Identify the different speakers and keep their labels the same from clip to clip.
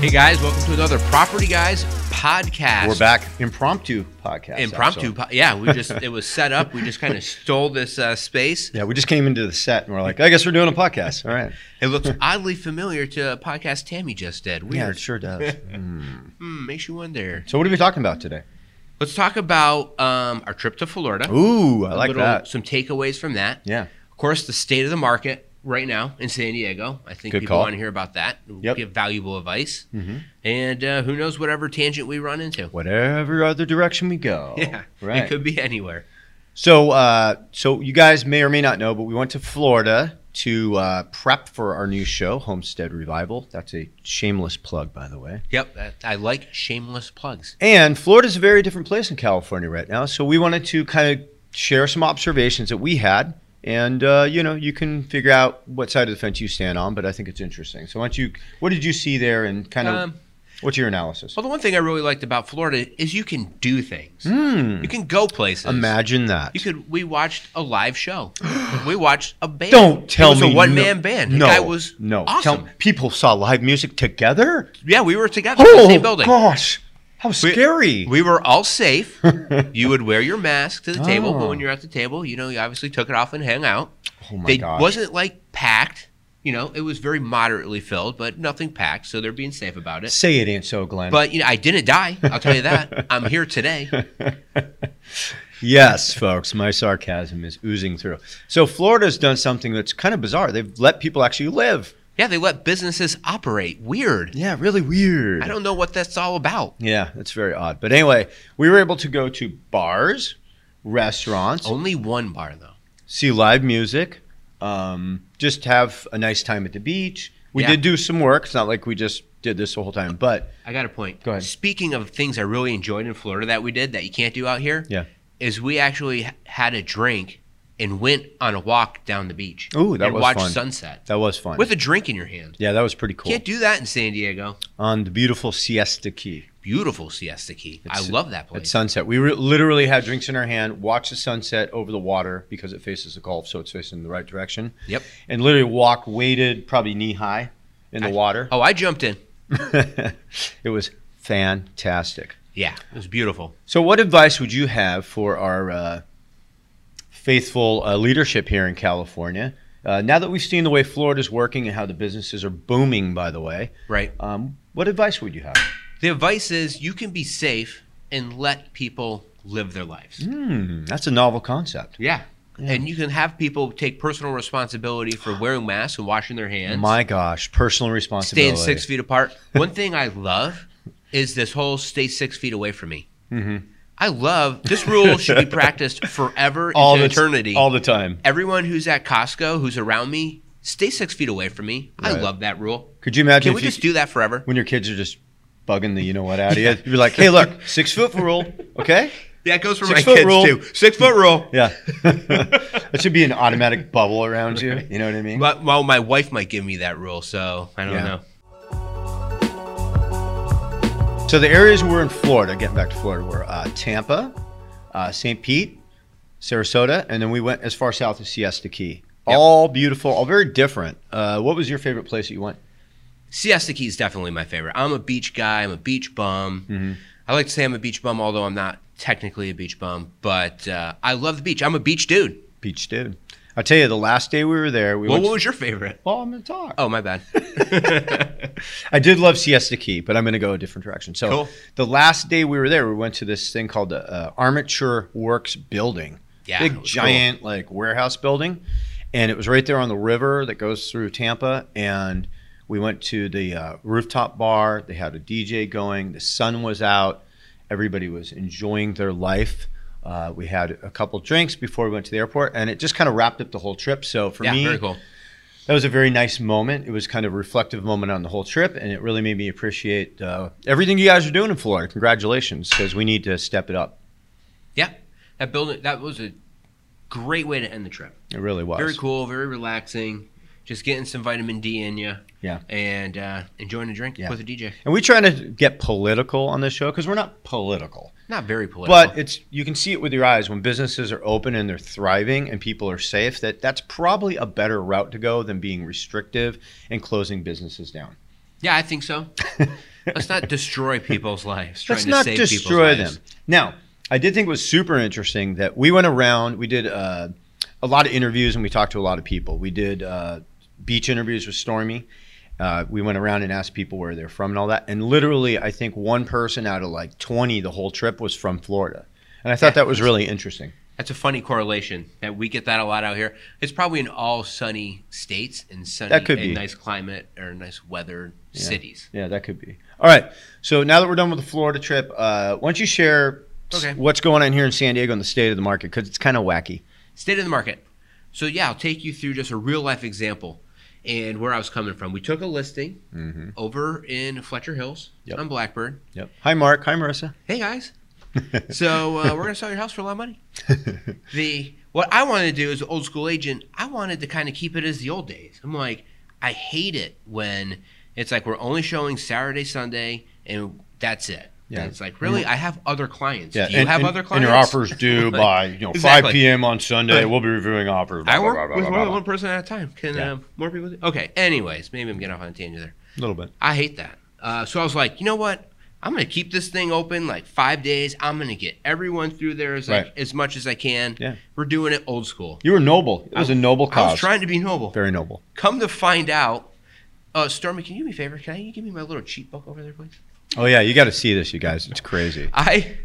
Speaker 1: Hey guys, welcome to another Property Guys podcast.
Speaker 2: We're back. Impromptu podcast.
Speaker 1: Impromptu,
Speaker 2: episode.
Speaker 1: po- yeah. We just it was set up. We just kind of stole this uh, space.
Speaker 2: Yeah, we just came into the set and we're like, I guess we're doing a podcast. All right.
Speaker 1: It looks oddly familiar to a podcast Tammy just did.
Speaker 2: Yeah,
Speaker 1: Weird.
Speaker 2: it sure does.
Speaker 1: Hmm, makes you wonder.
Speaker 2: Mm. so, what are we talking about today?
Speaker 1: Let's talk about um, our trip to Florida.
Speaker 2: Ooh, I
Speaker 1: A
Speaker 2: like
Speaker 1: little-
Speaker 2: that.
Speaker 1: Some takeaways from that.
Speaker 2: Yeah.
Speaker 1: Of course, the state of the market right now in San Diego. I think
Speaker 2: Good
Speaker 1: people
Speaker 2: call.
Speaker 1: want to hear about that. We'll
Speaker 2: Yep. Mm-hmm.
Speaker 1: Give valuable advice. And uh, who knows whatever tangent we run into.
Speaker 2: Whatever other direction we go.
Speaker 1: Yeah. It
Speaker 2: Right.
Speaker 1: could be anywhere.
Speaker 2: so, uh, so you guys may or may not know, but we went to Florida to uh, prep for our new show, Homestead Revival. That's a shameless plug, by the way.
Speaker 1: Yep. that- I like shameless plugs.
Speaker 2: And Florida's a very different place in California right now. So we wanted to kind of share some observations that we had. And, uh, you know, you can figure out what side of the fence you stand on, but I think it's interesting. So why don't you, what did you see there and kind of,
Speaker 1: Um,
Speaker 2: what's your analysis?
Speaker 1: Well, the one thing I really liked about Florida is you can do things.
Speaker 2: Hmm.
Speaker 1: You can go places.
Speaker 2: Imagine that.
Speaker 1: You could. We watched a live show. we watched a band.
Speaker 2: Don't
Speaker 1: it
Speaker 2: tell
Speaker 1: was
Speaker 2: me.
Speaker 1: a
Speaker 2: no-
Speaker 1: one man band. The
Speaker 2: No,
Speaker 1: guy was
Speaker 2: no.
Speaker 1: awesome.
Speaker 2: Tell, people saw live music together?
Speaker 1: yeah, we were together in
Speaker 2: Oh,
Speaker 1: the same building.
Speaker 2: gosh. How scary.
Speaker 1: We were all safe. you would wear your mask to the table, but
Speaker 2: Oh.
Speaker 1: when you're at the table, you know, you obviously took it off and hang out.
Speaker 2: oh, my
Speaker 1: they
Speaker 2: gosh.
Speaker 1: wasn't like packed. You know, it was very moderately filled, but nothing packed, so they're being safe about it.
Speaker 2: Say it ain't so, Glenn.
Speaker 1: But you know, I didn't die. I'll tell you that. I'm here today.
Speaker 2: Yes, folks, my sarcasm is oozing through. So Florida's done something that's kind of bizarre. They've let people actually live.
Speaker 1: Yeah, they let businesses operate. Weird.
Speaker 2: Yeah, really weird.
Speaker 1: I don't know what that's all about.
Speaker 2: Yeah, that's very odd. But anyway, we were able to go to bars, restaurants,
Speaker 1: Only one bar though.
Speaker 2: see live music, um, just have a nice time at the beach. We
Speaker 1: Yeah.
Speaker 2: did do some work. It's not like we just did this the whole time, but
Speaker 1: I got a point.
Speaker 2: Go ahead.
Speaker 1: Speaking of things I really enjoyed in Florida that we did that you can't do out here,
Speaker 2: Yeah.
Speaker 1: is we actually h- had a drink and went on a walk down the beach.
Speaker 2: Ooh, that
Speaker 1: and
Speaker 2: was
Speaker 1: watched
Speaker 2: fun.
Speaker 1: sunset
Speaker 2: that was fun.
Speaker 1: with a drink in your hand.
Speaker 2: yeah, that was pretty cool.
Speaker 1: Can't do that in San Diego.
Speaker 2: On the beautiful Siesta Key.
Speaker 1: Beautiful Siesta Key. I
Speaker 2: It's-
Speaker 1: love that
Speaker 2: At
Speaker 1: place.
Speaker 2: sunset, we re- literally had drinks in our hand, watched the sunset over the water because it faces the Gulf, so it's facing the right direction.
Speaker 1: Yep.
Speaker 2: And literally walked, waded probably knee high in the
Speaker 1: I-
Speaker 2: water.
Speaker 1: Oh, I jumped in.
Speaker 2: it was fantastic.
Speaker 1: Yeah, it was beautiful.
Speaker 2: So, what advice would you have for our uh, faithful uh, leadership here in California? Uh, now that we've seen the way Florida's working and how the businesses are booming, by the way,
Speaker 1: Right.
Speaker 2: um, what advice would you have?
Speaker 1: The advice is you can be safe and let people live their lives.
Speaker 2: Hmm, that's a novel concept.
Speaker 1: Yeah.
Speaker 2: Yeah.
Speaker 1: And you can have people take personal responsibility for wearing masks and washing their hands,
Speaker 2: My gosh, personal responsibility.
Speaker 1: staying six feet apart. One thing I love is this whole stay six feet away from me.
Speaker 2: Mhm.
Speaker 1: I love this rule should be practiced forever
Speaker 2: all
Speaker 1: into
Speaker 2: the
Speaker 1: eternity.
Speaker 2: all the time.
Speaker 1: Everyone who's at Costco, who's around me, stay six feet away from me. I
Speaker 2: Right.
Speaker 1: love that rule.
Speaker 2: Could you imagine
Speaker 1: Can we
Speaker 2: if you-
Speaker 1: just do that forever?
Speaker 2: when your kids are just bugging the you know what out of you? You'd be like, hey, look, six foot rule, okay?
Speaker 1: That goes for
Speaker 2: Six foot rule.
Speaker 1: Six foot rule.
Speaker 2: Yeah, that should be an automatic bubble around you. You know what I mean?
Speaker 1: But, well, my wife might give me that rule, so I don't
Speaker 2: Yeah.
Speaker 1: know.
Speaker 2: So the areas we're in Florida, getting back to Florida, were uh, Tampa, uh, St. Pete, Sarasota, and then we went as far south as Siesta Key.
Speaker 1: Yep.
Speaker 2: All beautiful, all very different. Uh, what was your favorite place that you went?
Speaker 1: Siesta Key is definitely my favorite. I'm a beach guy. I'm a beach bum.
Speaker 2: Mm-hmm.
Speaker 1: I like to say I'm a beach bum, although I'm not technically a beach bum. But uh, I love the beach. I'm a beach dude.
Speaker 2: Beach dude. I tell you, the last day we were there, we
Speaker 1: Well,
Speaker 2: went.
Speaker 1: what was your favorite?
Speaker 2: well, I'm gonna talk.
Speaker 1: Oh, my bad.
Speaker 2: I did love Siesta Key, but I'm going to go a different direction. So
Speaker 1: Cool.
Speaker 2: the last day we were there, we went to this thing called the uh, Armature Works Building,
Speaker 1: Yeah, it
Speaker 2: big
Speaker 1: was
Speaker 2: giant like warehouse building, and it was right there on the river that goes through Tampa. And we went to the uh, rooftop bar. They had a DJ going. The sun was out. Everybody was enjoying their life. Uh, we had a couple drinks before we went to the airport, and it just kind of wrapped up the whole trip. So for
Speaker 1: yeah,
Speaker 2: me,
Speaker 1: very cool.
Speaker 2: that was a very nice moment. It was kind of a reflective moment on the whole trip, and it really made me appreciate uh, everything you guys are doing in Florida. Congratulations, because we need to step it up.
Speaker 1: Yeah, that building. That was a great way to end the trip.
Speaker 2: It really was.
Speaker 1: Very cool. Very relaxing. Just getting some vitamin D in you.
Speaker 2: Yeah.
Speaker 1: And uh, enjoying a drink
Speaker 2: Yeah.
Speaker 1: with a DJ.
Speaker 2: And we try to get political on this show because we're not political,
Speaker 1: Not very political.
Speaker 2: but it's you can see it with your eyes when businesses are open and they're thriving and people are safe. That that's probably a better route to go than being restrictive and closing businesses down.
Speaker 1: Yeah, I think so. Let's not destroy people's lives. trying
Speaker 2: Let's
Speaker 1: to
Speaker 2: not
Speaker 1: save
Speaker 2: destroy
Speaker 1: people's
Speaker 2: them.
Speaker 1: lives.
Speaker 2: Now, I did think it was super interesting that we went around. We did uh, a lot of interviews and we talked to a lot of people. We did uh, beach interviews with Stormy. Uh, we went around and asked people where they're from and all that. And literally, I think one person out of like 20 the whole trip was from Florida. And I thought
Speaker 1: Yeah.
Speaker 2: that was really interesting.
Speaker 1: That's a funny correlation that we get that a lot out here. It's probably in all sunny states and sunny
Speaker 2: That could
Speaker 1: and
Speaker 2: be.
Speaker 1: nice climate or nice weather
Speaker 2: Yeah.
Speaker 1: cities.
Speaker 2: Yeah, that could be. All right. So now that we're done with the Florida trip, uh, why don't you share
Speaker 1: Okay.
Speaker 2: what's going on here in San Diego and the state of the market? Because it's kind of wacky.
Speaker 1: State of the market. So yeah, I'll take you through just a real life example and where I was coming from. We took a listing
Speaker 2: Mm-hmm.
Speaker 1: over in Fletcher Hills
Speaker 2: Yep.
Speaker 1: on Blackbird.
Speaker 2: Yep. Hi, Mark. Hi, Marissa.
Speaker 1: Hey guys. So uh, we're gonna sell your house for a lot of money. the what I wanted to do as an old school agent, I wanted to kind of keep it as the old days. I'm like, I hate it when it's like we're only showing Saturday, Sunday, and that's it.
Speaker 2: Yeah.
Speaker 1: And it's like really, I have other clients.
Speaker 2: Yeah,
Speaker 1: do you
Speaker 2: and-
Speaker 1: have
Speaker 2: and-
Speaker 1: other clients?
Speaker 2: And your offers due
Speaker 1: Like,
Speaker 2: by you know
Speaker 1: exactly.
Speaker 2: 5 p.m. on Sunday.
Speaker 1: Right.
Speaker 2: We'll be reviewing offers. blah,
Speaker 1: I
Speaker 2: blah,
Speaker 1: work
Speaker 2: blah, blah,
Speaker 1: with
Speaker 2: blah,
Speaker 1: more than
Speaker 2: blah.
Speaker 1: one person at a time. Can
Speaker 2: Yeah.
Speaker 1: uh, more people? Do? Okay. Anyways, maybe I'm getting off on a tangent there.
Speaker 2: A little bit.
Speaker 1: I hate that. Uh, so I was like, you know what? I'm gonna keep this thing open like five days. I'm gonna get everyone through there as
Speaker 2: Right.
Speaker 1: I, as much as I can.
Speaker 2: Yeah.
Speaker 1: We're doing it old school.
Speaker 2: You were noble. It was a noble
Speaker 1: I
Speaker 2: cause.
Speaker 1: was trying to be noble.
Speaker 2: Very noble.
Speaker 1: Come to find out, uh, Stormy, can you do me a favor? Can I you give me my little cheat book over there, please?
Speaker 2: Oh yeah, you got to see this, you guys. It's crazy.
Speaker 1: I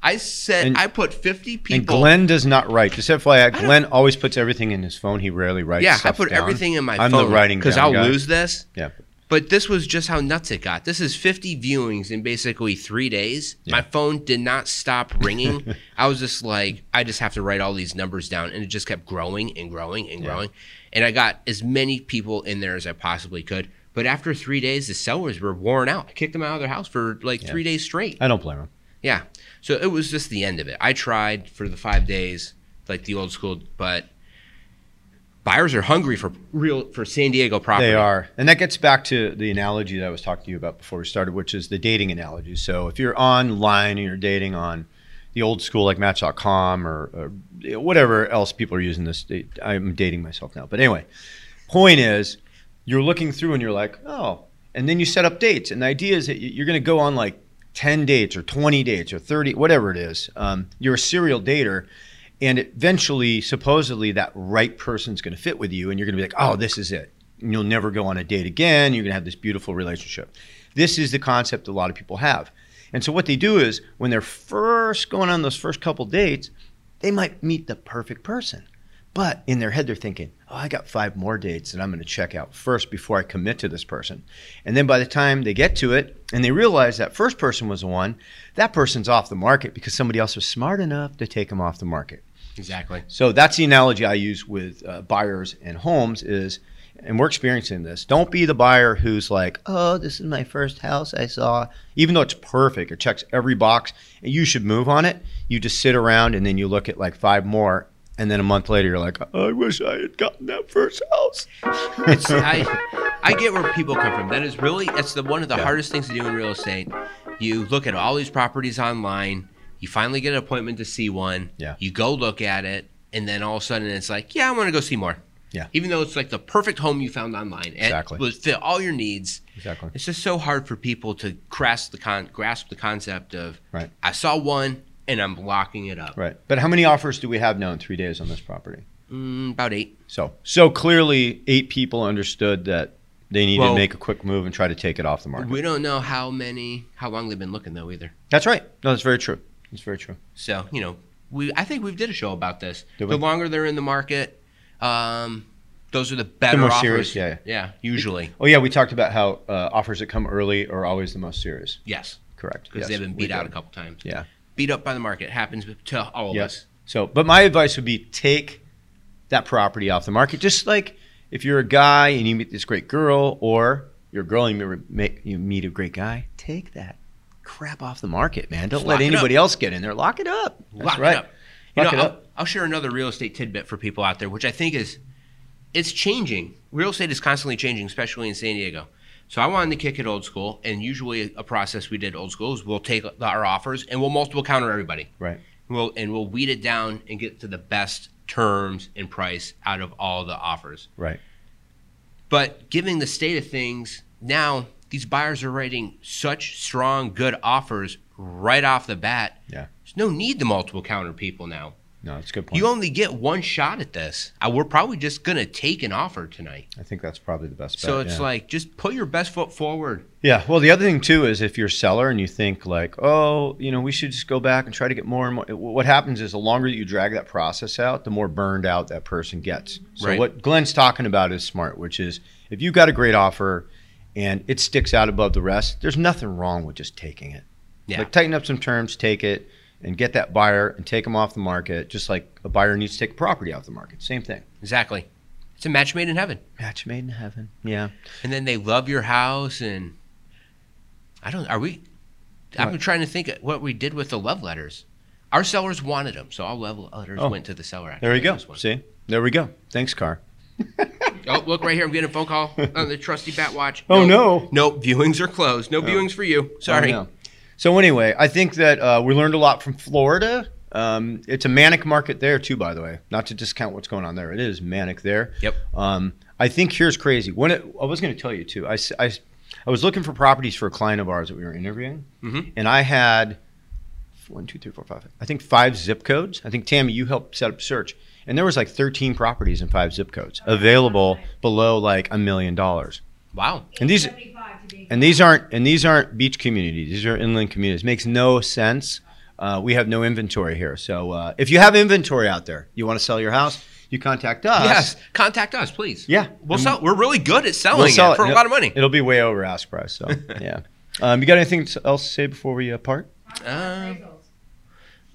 Speaker 1: I said
Speaker 2: And-
Speaker 1: I put 50
Speaker 2: And
Speaker 1: people.
Speaker 2: Glenn does not write. Just FYI,
Speaker 1: don't-
Speaker 2: Glenn always puts everything in his phone. He rarely writes.
Speaker 1: yeah, I
Speaker 2: stuff
Speaker 1: put
Speaker 2: down.
Speaker 1: everything in my
Speaker 2: I'm
Speaker 1: phone
Speaker 2: the writing
Speaker 1: because
Speaker 2: down
Speaker 1: I'll
Speaker 2: guy.
Speaker 1: lose this.
Speaker 2: Yeah.
Speaker 1: But this was just how nuts it got. This is 50 viewings in basically three days. My phone did not stop ringing. I was just like, I just have to write all these numbers down. And it just kept growing and growing and growing. And I got as many people in there as I possibly could. But after three days, the sellers were worn out. I kicked them out of their house for like three days straight.
Speaker 2: I don't blame him.
Speaker 1: Yeah. So it was just the end of it. I tried for the five days, like the old school, but buyers are hungry for real for San Diego property.
Speaker 2: They are, and that gets back to the analogy that I was talking to you about before we started, which is the dating analogy. So if you're online and you're dating on the old school like Match.com or, or whatever else people are using this, I'm dating myself now. But anyway, point is, you're looking through and you're like, oh, and then you set up dates, and the idea is that you- you're going to go on like 10 dates or 20 dates or 30, whatever it is. Um, you're a serial dater. And eventually, supposedly, that right person's going to fit with you, and you're going to be like, oh, this is it. And you'll never go on a date again. You're going to have this beautiful relationship. This is the concept a lot of people have. And so, what they do is when they're first going on those first couple dates, they might meet the perfect person. But in their head, they're thinking, oh, I got five more dates that I'm going to check out first before I commit to this person. And then by the time they get to it and they realize that first person was the one, that person's off the market because somebody else was smart enough to take them off the market.
Speaker 1: Exactly.
Speaker 2: So that's the analogy I use with uh, buyers and homes is, and we're experiencing this. Don't be the buyer who's like, "Oh, this is my first house I saw," even though it's perfect, it checks every box, and you should move on it. You just sit around and then you look at like five more, and then a month later you're like, "I wish I had gotten that first house."
Speaker 1: It's, I I get where people come from. That is really that's the one of the hardest things to do in real estate. You look at all these properties online. You finally get an appointment to see one.
Speaker 2: Yeah.
Speaker 1: You go look at it, and then all of a sudden it's like, yeah, I want to go see more.
Speaker 2: Yeah.
Speaker 1: Even though it's like the perfect home you found online, and
Speaker 2: Exactly.
Speaker 1: would fit all your needs.
Speaker 2: Exactly.
Speaker 1: It's just so hard for people to grasp the con- grasp the concept of
Speaker 2: Right.
Speaker 1: I saw one and I'm locking it up.
Speaker 2: Right. But how many offers do we have now in three days on this property?
Speaker 1: Mm, about eight.
Speaker 2: So, so clearly, eight people understood that they need
Speaker 1: Well-
Speaker 2: to make a quick move and try to take it off the market.
Speaker 1: We don't know how many how long they've been looking though either.
Speaker 2: That's right. No, that's very true. That's very true.
Speaker 1: So you know, we I think we've did a show about this.
Speaker 2: Did we?
Speaker 1: the longer they're in the market, um, those are the better
Speaker 2: most
Speaker 1: offers.
Speaker 2: serious, yeah, yeah.
Speaker 1: usually,
Speaker 2: Oh yeah, we talked about how uh, offers that come early are always the most serious.
Speaker 1: yes,
Speaker 2: Correct.
Speaker 1: because
Speaker 2: Yes,
Speaker 1: they've been
Speaker 2: we
Speaker 1: beat out a
Speaker 2: did.
Speaker 1: couple times.
Speaker 2: Yeah.
Speaker 1: beat up by the market happens to all of us.
Speaker 2: Yes. So, but my advice would be take that property off the market. Just like if you're a guy and you meet this great girl, or you're a girl and you meet, you meet a great guy, take that crap off the market, man. Don't
Speaker 1: Just
Speaker 2: let
Speaker 1: lock it up.
Speaker 2: anybody else get in there. Lock it up. That's
Speaker 1: Lock
Speaker 2: right.
Speaker 1: it up. You
Speaker 2: Lock
Speaker 1: know,
Speaker 2: it
Speaker 1: I'll,
Speaker 2: up.
Speaker 1: I'll share another real estate tidbit for people out there, which I think is it's changing. Real estate is constantly changing, especially in San Diego. So I wanted to kick it old school, and usually a process we did old school is we'll take our offers and we'll multiple counter everybody.
Speaker 2: Right.
Speaker 1: We'll and we'll weed it down and get to the best terms and price out of all the offers.
Speaker 2: Right.
Speaker 1: But given the state of things now, These buyers are writing such strong, good offers right off the bat.
Speaker 2: Yeah.
Speaker 1: There's no need to multiple counter people now.
Speaker 2: No, that's a good point.
Speaker 1: You only get one shot at this. I, we're probably just going to take an offer tonight.
Speaker 2: I think that's probably the best.
Speaker 1: So
Speaker 2: bet,
Speaker 1: it's
Speaker 2: yeah.
Speaker 1: like, just put your best foot forward.
Speaker 2: Yeah. Well, the other thing too is if you're a seller and you think like, oh, you know, we should just go back and try to get more and more. What happens is the longer that you drag that process out, the more burned out that person gets. So
Speaker 1: Right.
Speaker 2: what Glenn's talking about is smart, which is if you got a great offer and it sticks out above the rest, there's nothing wrong with just taking it.
Speaker 1: Yeah.
Speaker 2: Like tighten up some terms, take it, and get that buyer and take them off the market, just like a buyer needs to take a property off the market. Same thing.
Speaker 1: Exactly. It's a match made in heaven.
Speaker 2: Match made in heaven. Yeah.
Speaker 1: And then they love your house. And I don't, are we, I'm
Speaker 2: What?
Speaker 1: trying to think of what we did with the love letters. Our sellers wanted them. So all love letters
Speaker 2: Oh.
Speaker 1: went to the seller.
Speaker 2: There we
Speaker 1: we
Speaker 2: go. See? There we go. Thanks, Car.
Speaker 1: Oh, look right here. I'm getting a phone call on the trusty bat watch.
Speaker 2: Oh,
Speaker 1: Nope.
Speaker 2: no. Oh.
Speaker 1: Nope. Viewings are closed. No viewings for you. Sorry.
Speaker 2: I know. So anyway, I think that uh, we learned a lot from Florida. Um, it's a manic market there too, by the way. Not to discount what's going on there, it is manic there.
Speaker 1: Yep.
Speaker 2: Um, I think here's crazy. When it, I was going to tell you too, I, s- I s- I was looking for properties for a client of ours that we were interviewing,
Speaker 1: Mhm.
Speaker 2: and I had one, two, three, four, five. I think five zip codes. I think Tammy, you helped set up search, and there was like 13 properties in five zip codes available below like a million dollars.
Speaker 1: Wow.
Speaker 2: And these- And these aren't and these aren't beach communities. These are inland communities. Makes no sense. Uh, we have no inventory here. So uh, if you have inventory out there, you want to sell your house, you contact us.
Speaker 1: Yes. Contact us, please.
Speaker 2: Yeah.
Speaker 1: We'll
Speaker 2: And
Speaker 1: sell. We're really good at selling
Speaker 2: we'll sell
Speaker 1: it for a
Speaker 2: Yep.
Speaker 1: lot of money.
Speaker 2: It'll be way over ask price. So yeah. Um, you got anything else to say before we uh, part?
Speaker 1: Um,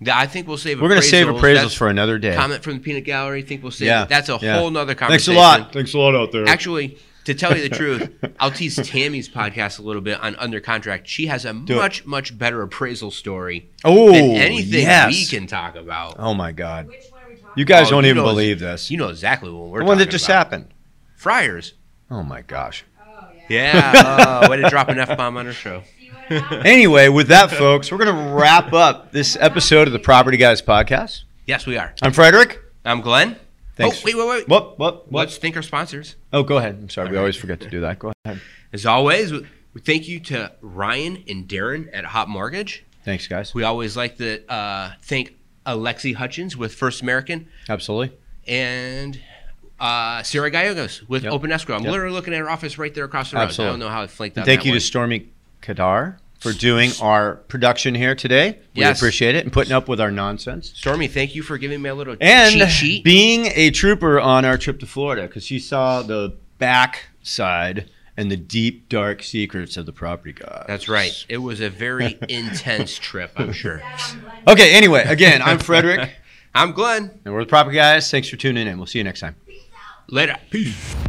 Speaker 1: Yeah, I think we'll save.
Speaker 2: We're going to save appraisals
Speaker 1: That's
Speaker 2: for another day.
Speaker 1: comment from the peanut gallery. Think we'll save.
Speaker 2: Yeah,
Speaker 1: That's a
Speaker 2: yeah.
Speaker 1: whole nother
Speaker 2: Thanks a
Speaker 1: conversation.
Speaker 2: lot. Thanks a lot out there.
Speaker 1: Actually, to tell you the truth, I'll tease Tammy's podcast a little bit on under contract. She has a
Speaker 2: it.
Speaker 1: much much better appraisal story
Speaker 2: oh,
Speaker 1: than anything
Speaker 2: yes.
Speaker 1: we can talk about.
Speaker 2: Oh my God,
Speaker 3: Which one are we talking
Speaker 2: you guys
Speaker 1: Oh,
Speaker 2: don't
Speaker 1: you
Speaker 2: even
Speaker 1: know-
Speaker 2: believe this.
Speaker 1: You know exactly what we're
Speaker 2: the one that
Speaker 1: talking
Speaker 2: just
Speaker 1: about.
Speaker 2: happened.
Speaker 1: Friars.
Speaker 2: Oh my gosh.
Speaker 3: about? Oh, yeah.
Speaker 1: Yeah. uh, way to drop an F bomb on our show.
Speaker 3: Do you want to have
Speaker 2: Anyway, with that, folks, we're going to wrap up this episode of the Property Guys podcast.
Speaker 1: Yes, we are.
Speaker 2: I'm Frederick.
Speaker 1: I'm Glenn.
Speaker 2: Thanks.
Speaker 1: Oh, wait, wait, wait.
Speaker 2: What? What?
Speaker 1: Let's
Speaker 2: What?
Speaker 1: thank our sponsors.
Speaker 2: Oh, go ahead. I'm sorry. We always forget to do that. Go ahead.
Speaker 1: As always, we we thank you to Ryan and Darren at Hot Mortgage.
Speaker 2: Thanks, guys.
Speaker 1: We always like to uh, thank Alexi Hutchins with First American
Speaker 2: Absolutely.
Speaker 1: and uh, Sarah Gallegos with
Speaker 2: Yep.
Speaker 1: Open Escrow. I'm
Speaker 2: Yep.
Speaker 1: literally looking at her office right there across the road.
Speaker 2: Absolutely.
Speaker 1: I don't know how it flanked
Speaker 2: And
Speaker 1: out.
Speaker 2: thank
Speaker 1: that
Speaker 2: you
Speaker 1: one.
Speaker 2: to Stormy Kadar for doing our production here today. We
Speaker 1: Yes.
Speaker 2: appreciate it and putting up with our nonsense.
Speaker 1: Stormy. Thank you for giving me a little cheat
Speaker 2: And
Speaker 1: sheet.
Speaker 2: being a trooper on our trip to Florida because she saw the back side and the deep, dark secrets of the property guys.
Speaker 1: That's right. It was a very intense trip, I'm sure.
Speaker 3: that on Glenn?
Speaker 2: Okay, anyway, again, I'm Frederick
Speaker 1: I'm Glenn.
Speaker 2: and we're the property guys. Thanks for tuning in. We'll see you next time.
Speaker 1: Later. Peace.